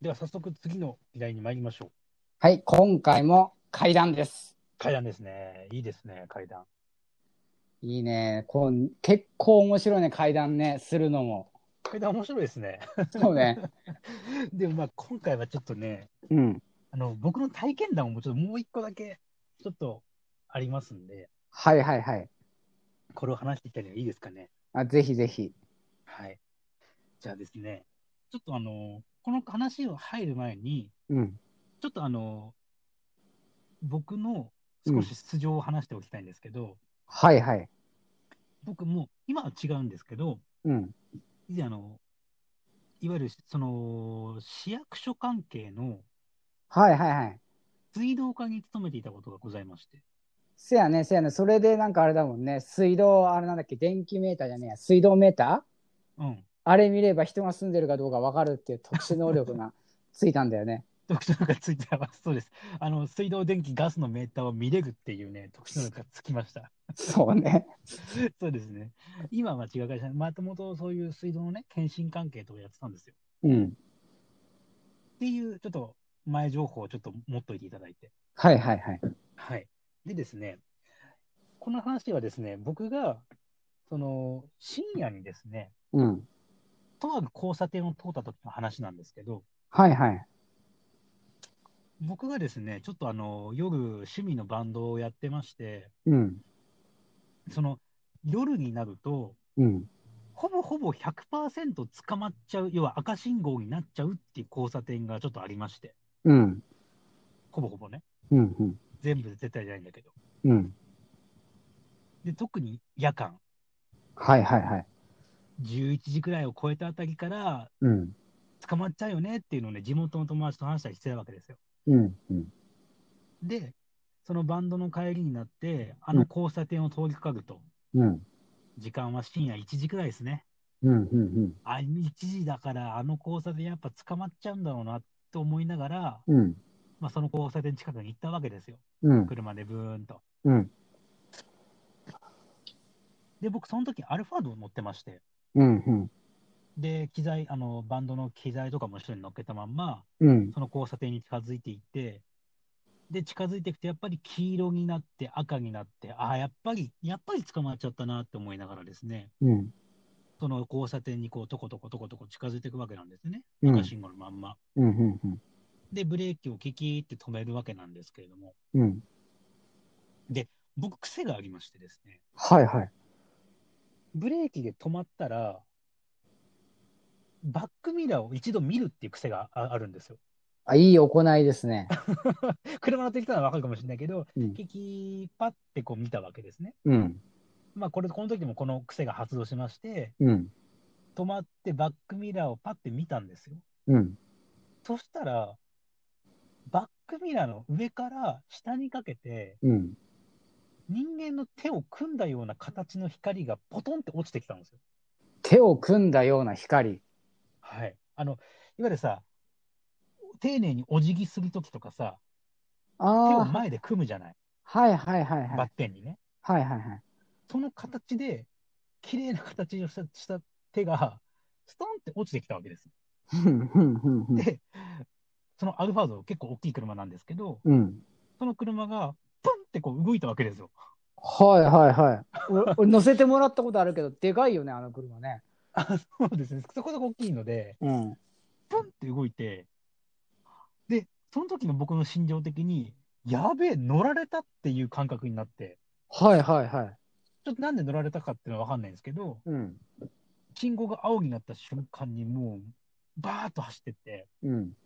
では早速次の議題に参りましょう。はい、今回も階段です。階段ですね。いいですね、階段。いいね。こう結構面白いね、階段ね、するのも。階段面白いですね。 そうね。でもまあ今回はちょっとね、 うん。あの僕の体験談をもうちょっともう一個だけちょっとありますんで、はいはいはい。これを話していったらいいですかね。あぜひぜひ。はい。じゃあですね、ちょっとあの、この話を入る前に、うん。ちょっとあの、僕の少し素性を話しておきたいんですけど、はいはい。僕も今は違うんですけど、うん。以前あの、いわゆるその市役所関係のはいはいはい。水道課に勤めていたことがございまして、せやね、せやね。それでなんかあれだもんね。水道、あれなんだっけ、電気メーターじゃねえや。水道メーターうん、あれ見れば人が住んでるかどうかわかるっていう特殊能力 がついたんだよね。特殊能力がついてます、そうですあの、水道、電気、ガスのメーターを見れるっていうね、特殊能力がつきました。 そうね。そうですね、今は違う会社、もともとそういう水道のね、検診関係とかやってたんですよ。うん。っていう、ちょっと前情報をちょっと持っといていただいて。はいはいはい。はい。でですね、この話はですね、僕が、その、深夜にですね、うん。とある交差点を通った時の話なんですけど、はいはい。僕がですね、ちょっとあの夜、趣味のバンドをやってまして、うん。その夜になると、うん。ほぼほぼ100%捕まっちゃう、要は赤信号になっちゃうっていう交差点がちょっとありまして、うん。ほぼほぼね、うん。うん。全部で絶対じゃないんだけど、うん。で特に夜間、はいはいはい。 11時くらいを超えたあたりから、うん。捕まっちゃうよねっていうのをね、地元の友達と話したりしてたわけですよ。うん。うん。で、そのバンドの帰りになって、あの交差点を通りかかると。うん。時間は深夜1時くらいですね。うん。うん。あ、1時だから、あの交差点やっぱ捕まっちゃうんだろうなと思いながら、うん。まあ、その交差点近くに行ったわけですよ。うん。車でブーンと。うん。で、僕、その時アルファードを乗ってまして、うん。うん。で、機材、あの、バンドの機材とかも一緒に乗っけたまんま、うん。その交差点に近づいていって、で、近づいていくと、やっぱり黄色になって、赤になって、ああ、やっぱり、やっぱり捕まっちゃったなって思いながらですね、うん。その交差点にこう、とことことことこ近づいていくわけなんですね。うん赤信号のまんま。うん。うん。で、ブレーキをキキーって止めるわけなんですけれども、うん。僕、癖がありましてですね、はいはい。ブレーキで止まったら、バックミラーを一度見るっていう癖がああるんですよ。 あ、いい行いですね。車乗ってきたのはわかるかもしれないけど、うんキキーパッてこう見たわけですね。うん。まあ、これ、この時でもこの癖が発動しまして、うん。止まってバックミラーをパッて見たんですよ。うん。そしたら、バックミラーの上から下にかけて、うん。人間の手を組んだような形の光がポトンって落ちてきたんですよ。手を組んだような光。はい。あの、いわゆるさ、丁寧にお辞儀するときとかさ、手をああ。前で組むじゃない、はいはいはいはバッい。テンにね。はいはいはい。その形で、綺麗な形をしたした手が、ストンって落ちてきたわけです。うん。うん。うん。で、そのアルファード、結構大きい車なんですけど、うん。その車が、ポンってこう動いたわけですよ。はいはいはい。俺、俺乗せてもらったことあるけど、でかいよね、あの車ね。あそうですね、そこそこ大きいので、うん。ポンって動いて、で、その時の僕の心情的に、やべえ、乗られたっていう感覚になって、はいはいはい。ちょっとなんで乗られたかっていうのは分かんないんですけど、うん。信号が青になった瞬間に、もう、バーっと走ってって、うん。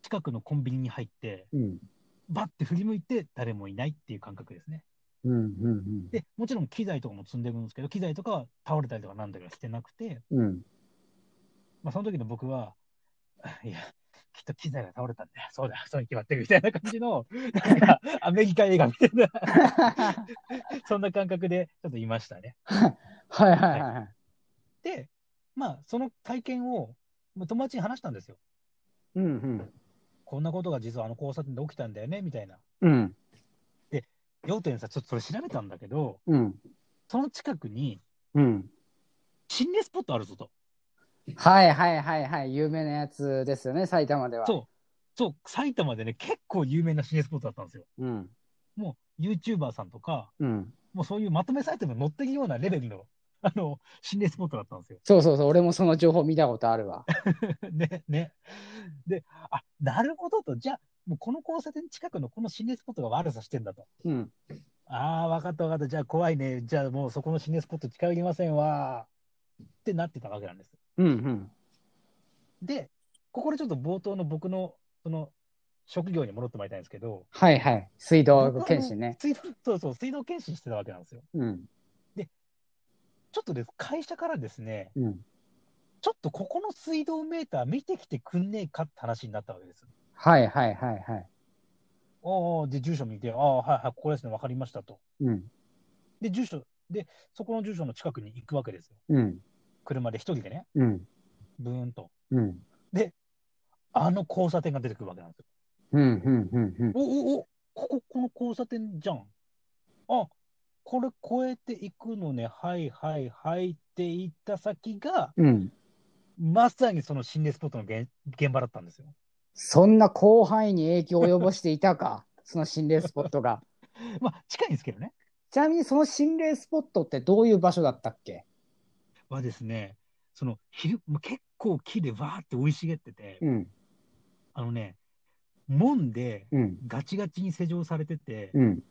近くのコンビニに入って、うん。バッて振り向いて、誰もいないっていう感覚ですね。うん。うん。で、もちろん機材とかも積んでるんですけど、機材とかは倒れたりとかなんだかしてなくて、うん。まあ、その時の僕は、いや、きっと機材が倒れたんだよ。そうだ、そうに決まってるみたいな感じの、なんか、アメリカ映画みたいな、 そんな感覚でちょっといましたね。はいはいはいはい。で、まあ、その体験をまあ友達に話したんですよ。うん。うん。こんなことが実はあの交差点で起きたんだよね、みたいな。うん。要点さ、ちょっとそれ調べたんだけど、うん。その近くにうん。心霊スポットあるぞと。はいはいはいはい。有名なやつですよね、埼玉では。そう。そう、埼玉でね、結構有名な心霊スポットだったんですよ。う。うん。もう、YouTuber さんとか、うん。もうそういうまとめサイトに載ってるようなレベルの、 あの、心霊スポットだったんですよ。 そうそうそう。俺もその情報見たことあるわ。ね、ね。で、あ、なるほどと。じゃあ、もうこの交差点近くのこの心霊スポットが悪さしてんだと。うん。ああ、わかったわかった。じゃあ怖いね。じゃあもうそこの心霊スポット近寄りませんわ。ってなってたわけなんです。うんうん。で、ここでちょっと冒頭の僕の、その、職業に戻ってまいりたいんですけど、はいはい。水僕道は検診ね。水道、そうそう、水道検診してたわけなんですよ。うん。ちょっとです、会社からですね、うん。ちょっとここの水道メーター見てきてくんねえかって話になったわけです。はいはいはいはい。ああ、で、住所見て、ああ、はいはい、ここですね、わかりましたと。うん。で、住所、で、そこの住所の近くに行くわけですよ。うん。車で一人でね、うん。ブーンと。うん。あの交差点が出てくるわけなんですよ。うん。うん。うん。うん。おおお、ここ、この交差点じゃん。あ、これ越えていくのね、はいはいはいって行った先が、うん。まさにその心霊スポットの現現場だったんですよ。そんな広範囲に影響を及ぼしていたか。 その心霊スポットが。まあ、近いんですけどね。ちなみにその心霊スポットってどういう場所だったっけはですね、その昼もう結構木でわーって生い茂ってて、うん。あのね、門でうん。ガチガチに施錠されてて、うん。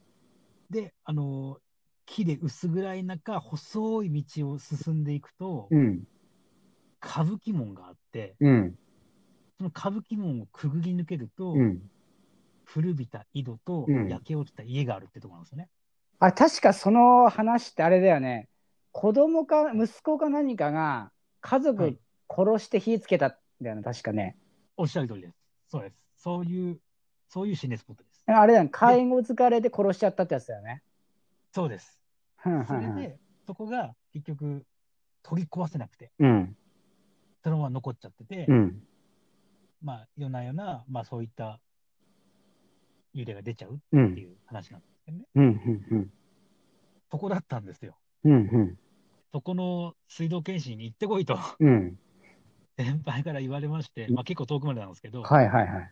で、あのー木で薄暗い中、細い道を進んでいくと、うん。歌舞伎門があって、うん。その歌舞伎門をくぐり抜けると、うん。古びた井戸とうん焼け落ちた家があるってところなんですよね。あれ、確かその話ってあれだよね。子供か、息子か何かが家はい族殺して火つけたんだよね、確かね。おっしゃる通りです。そうです。そういう、そういう心霊スポットです。あれだよね、介護疲れで殺しちゃったってやつだよね。そうです。うんうんそれうんで、そこが結局取り壊せなくて、うん。そのまま残っちゃってて、うん。まあ、夜な夜な、まあ、そういった幽霊が出ちゃううってん。いう話なんですけどね。うん。うん。そこだったんですよ。うん。うん。そこの水道検診に行ってこいと うん。先輩から言われまして、まあ、結構遠くまでなんですけど、あはいはいはい。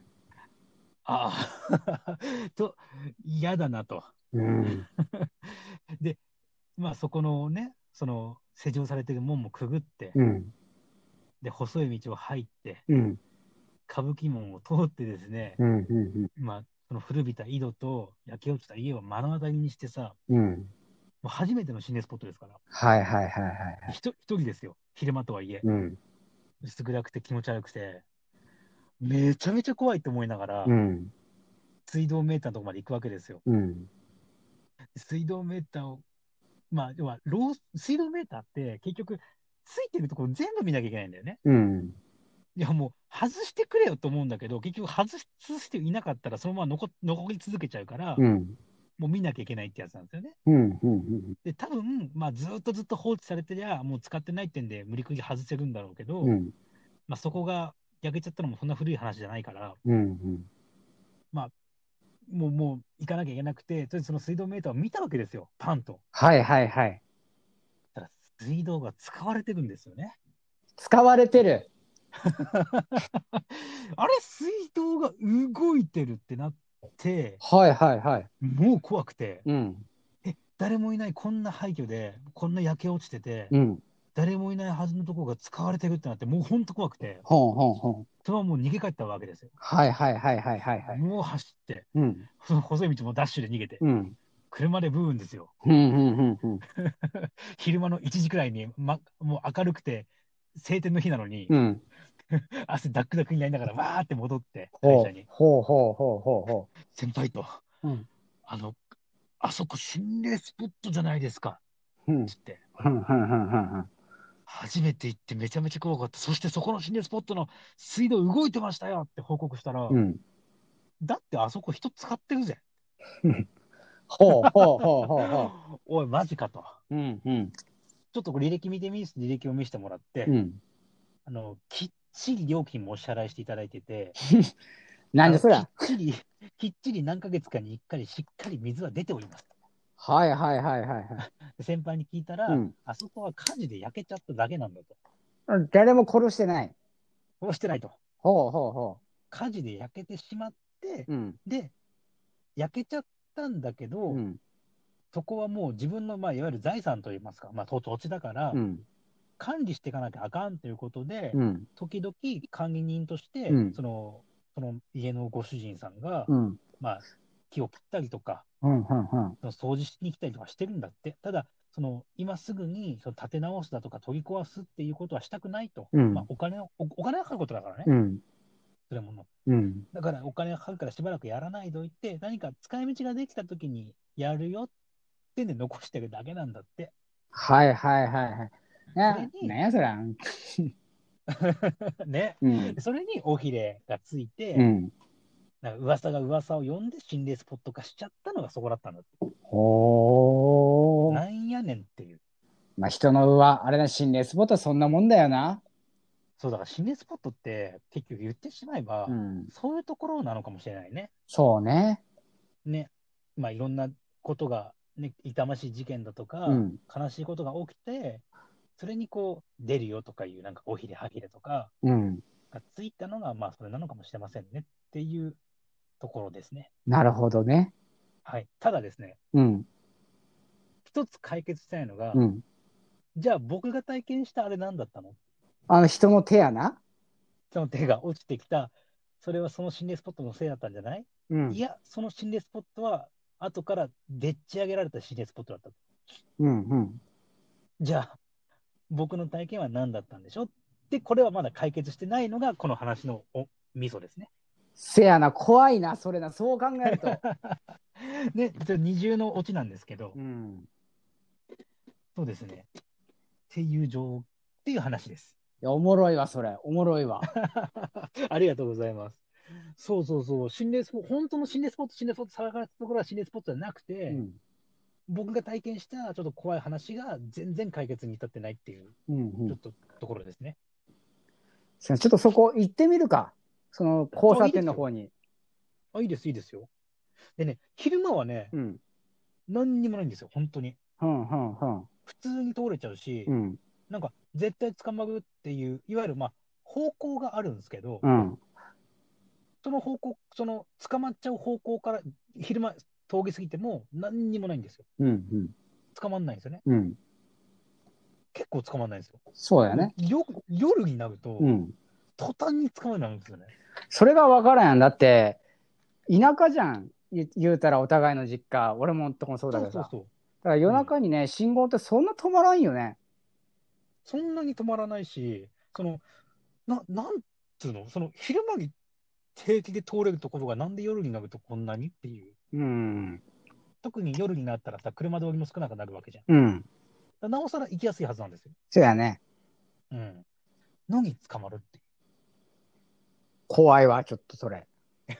あ、 と、嫌だなと。うん。で、まあ、そこのね、その、施錠されてる門もくぐって、うん。で、細い道を入って、うん。歌舞伎門を通ってですね、うん。うん。まあ、その古びた井戸と焼け落ちた家を目の当たりにしてさ、うん。もう初めての心霊スポットですから、はいはいはいはい。ひと一人ですよ、昼間とはいえ、うん。薄暗くて気持ち悪くて、めちゃめちゃ怖いと思いながら、うん。水道メーターのとこまで行くわけですよ。うん。水道メーターを、まあ、要はロー、水道メーターって結局、ついてるところ全部見なきゃいけないんだよね。うん。いや、もう、外してくれよと思うんだけど、結局、外していなかったら、そのまま残残り続けちゃうから、うん。もう見なきゃいけないってやつなんですよね。うん。うん。で、多分、まあ、ずっとずっと放置されてりゃ、もう使ってないってんで、無理くり外せるんだろうけど、うん。まあ、そこが焼けちゃったのもそんな古い話じゃないから、うん。もうもう行かなきゃいけなくて、とりあえずその水道メーターを見たわけですよ、パンと。はいはいはい。たら水道が使われてるんですよね。 使われてる。あれ、水道が動いてるってなって、はいはいはい。もう怖くて、うん。誰もいないこんな廃墟で、こんな焼け落ちてて、うん。誰もいないはずのところが使われてるってなって、もう本当怖くて、ほんほんほん。それはもう逃げ帰ったわけですよ。はいはいはいはいはいはい。もう走って、うん。その細い道もダッシュで逃げて、うん。車でブーンですよ。うんうんうんうん。昼間の1時くらいに、ま、もう明るくて、晴天の日なのに、うん。汗ダックダックになりながら、わーって戻って、会ほ社うに、ほうほうほうほうほ先輩と、うんあの、あそこ心霊スポットじゃないですか、う。うんつ。って、うんうんうんうんうん。初めて行ってめちゃめちゃ怖かった、そしてそこの心霊スポットの水道動いてましたよって報告したら、うん。だってあそこ人使ってるぜ。ほうほうほうほうほおい、マジかと。う。うんうん。ちょっとこれ履歴見てみ履歴を見せてもらって、うん。あの、きっちり料金もお支払いしていただいてて、なんでそりゃ。きっちり、きっちり何ヶ月かに1回しっかり水は出ております。はいはいはいはいはい。で先輩に聞いたら、うん。あそこは火事で焼けちゃっただけなんだと。誰も殺してない。殺してないと。ほうほうほ火事で焼けてしまって、う。うん。で、焼けちゃったんだけど、うん。そこはもう自分の、まあ、いわゆる財産といいますか、まあ、土土地だから、うん。管理していかなきゃあかんということで、うん。時々管理人として、うんその、その家のご主人さんが、うん。まあ、木を切ったりとか、うん。うん。その掃除しに来たりとかしてるんだって、ただ、その今すぐにその立て直すだとか取り壊すっていうことはしたくないと、うんまあ、お金をおお金がかかることだからね、うん。それもの。うん。だからお金がかかるからしばらくやらないといって、何か使い道ができたときにやるよってんで残してるだけなんだって。 はいはいはいはい。なそれになんやそら。ね。うん。それに尾ひれがついて、うん。なんか噂が噂を呼んで心霊スポット化しちゃったのがそこだったんだって。ほー。なんやねんっていう。まあ人の上、あれだ、心霊スポットはそんなもんだよな。そうだから心霊スポットって結局言ってしまえば、うん。そういうところなのかもしれないね。そうね。ね。まあいろんなことが、ね、痛ましい事件だとか、うん。悲しいことが起きて、それにこう出るよとかいう、なんか尾ひれ、はひれとか、うん。がついたのが、まあ、それなのかもしれませんねっていうところですね。なるほどね。はい。ただですね、うん。一つ解決したいのが、うん。じゃあ僕が体験したあれ何だったのあの人の手やな。その手が落ちてきた、それはその心霊スポットのせいだったんじゃない、うんい。や、その心霊スポットは、後からでっち上げられた心霊スポットだった。うん。うん。じゃあ、僕の体験は何だったんでしょで、これはまだ解決してないのが、この話のおミソですね。せやな、怖いな、それな、そう考えると。ね、じゃあ二重のオチなんですけど、 うん。そうですね。っていう状っていう話です。いや、おもろいわ、それ。おもろいわ。 ありがとうございます。そうそうそう、心霊スポット、本当の心霊スポット、心霊スポット探したところは心霊スポットじゃなくうて、ん。僕が体験したちょっと怖い話が全然解決に至ってないっていう、うん。うちょんっ。とところですね。ちょっとそこ行ってみるか。その交差点の方に。あ、いいです、いいですよ。でね、昼間はね、うん。何にもないんですよ、本当に。うん。うん。うん。普通に通れちゃうし、うん。なんか絶対捕まるっていう、いわゆるまあ、方向があるんですけど、うん。その方向、その捕まっちゃう方向から昼間通り過ぎても何にもないんですよ。うん。うん。捕まんないんですよね。うん。結構捕まんないんですよ。そうだよね。よ夜になると、うん。途端に捕まるようになるんですよね。それが分からんやん。だって、田舎じゃん。言言うたらお互いの実家。俺もんとこもそうそだうけそどうさ。そうそだから夜中にね、信号ってそんな止まらんよね。んなに止まらないし、その、ななんつうの、その昼間に平気で通れるところが、なんで夜になるとこんなにっていう。うん。特に夜になったらさ、車通りも少なくなるわけじゃん。だかうん。らなおさら行きやすいはずなんですよ。そうやね。うん。のに捕まるっていう。怖いわ、ちょっとそれ。 ち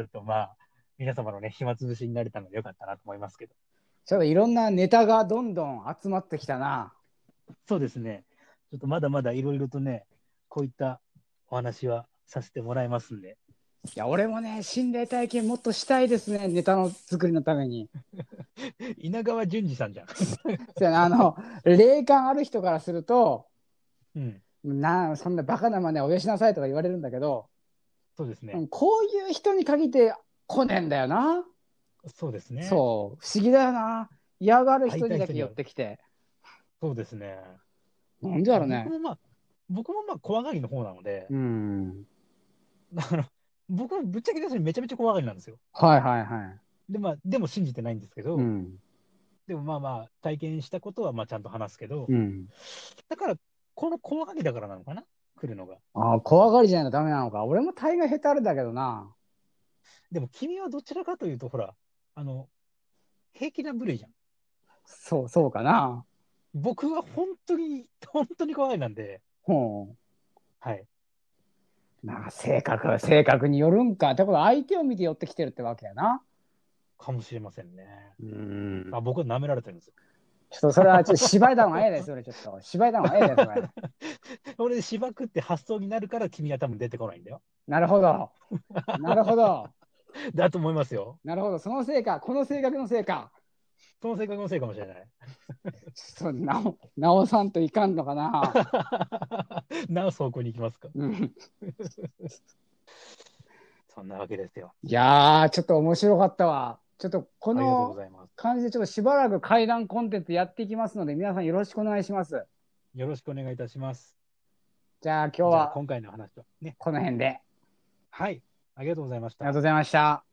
ょっとまあ、皆様のね、暇つぶしになれたのでよかったなと思いますけど。ちょっといろんなネタがどんどん集まってきたな。そうですね。ちょっとまだまだいろいろとね、こういったお話はさせてもらいますんで。いや、俺もね、心霊体験もっとしたいですね。ネタの作りのために。稲川淳二さんじゃん。そうやなあの、霊感ある人からすると、うん。なそんなバカな真似およしなさいとか言われるんだけど、そうですね。うんこういう人に限って来ねえんだよな。そうですね。そう。そう、不思議だよな。嫌がる人にだけ寄ってきて。ですね。なんでだろうね僕。もまあ、僕もまあ、怖がりの方なので、うん。だから、僕もぶっちゃけですね、めちゃめちゃ怖がりなんですよ。はいはいはい。で、まあ、でも信じてないんですけど、うん。でもまあまあ、体験したことはまあ、ちゃんと話すけど、うん。だから、この怖がりだからなのかな来るのが。ああ、怖がりじゃないとダメなのか。俺も大概下手あれだけどな。でも、君はどちらかというと、ほら、あの、平気な部類じゃん。そう、そうかな。僕は本当に、本当に怖いなんで、ほはい。う。なあ、性格、性格によるんか。ってことは相手を見て寄ってきてるってわけやな。かもしれませんね。うんあ僕は舐められてるんですよ。ちょっとそれはちょっと芝居だもん、ええです、それちょっと。芝居だもん、ええです、それ。俺で芝くって発想になるから君は多分出てこないんだよ。なるほど。なるほど。だと思いますよ。なるほど。そのせいか、この性格のせいか。その性格のせいかもしれ ない。ちょっとなお直さんといかんのかな。なお走行に行きますか。うん、 そんなわけですよ。いやー、ちょっと面白かったわ。ちょっとこありがとうごのざいます。感じで、ちょっとしばらく怪談コンテンツやっていきますので、皆さんよろしくお願いします。よろしくお願いいたします。じゃあ今日じゃあは今回の話はね。この辺で。はい。ありがとうございましありたがとう。ございました。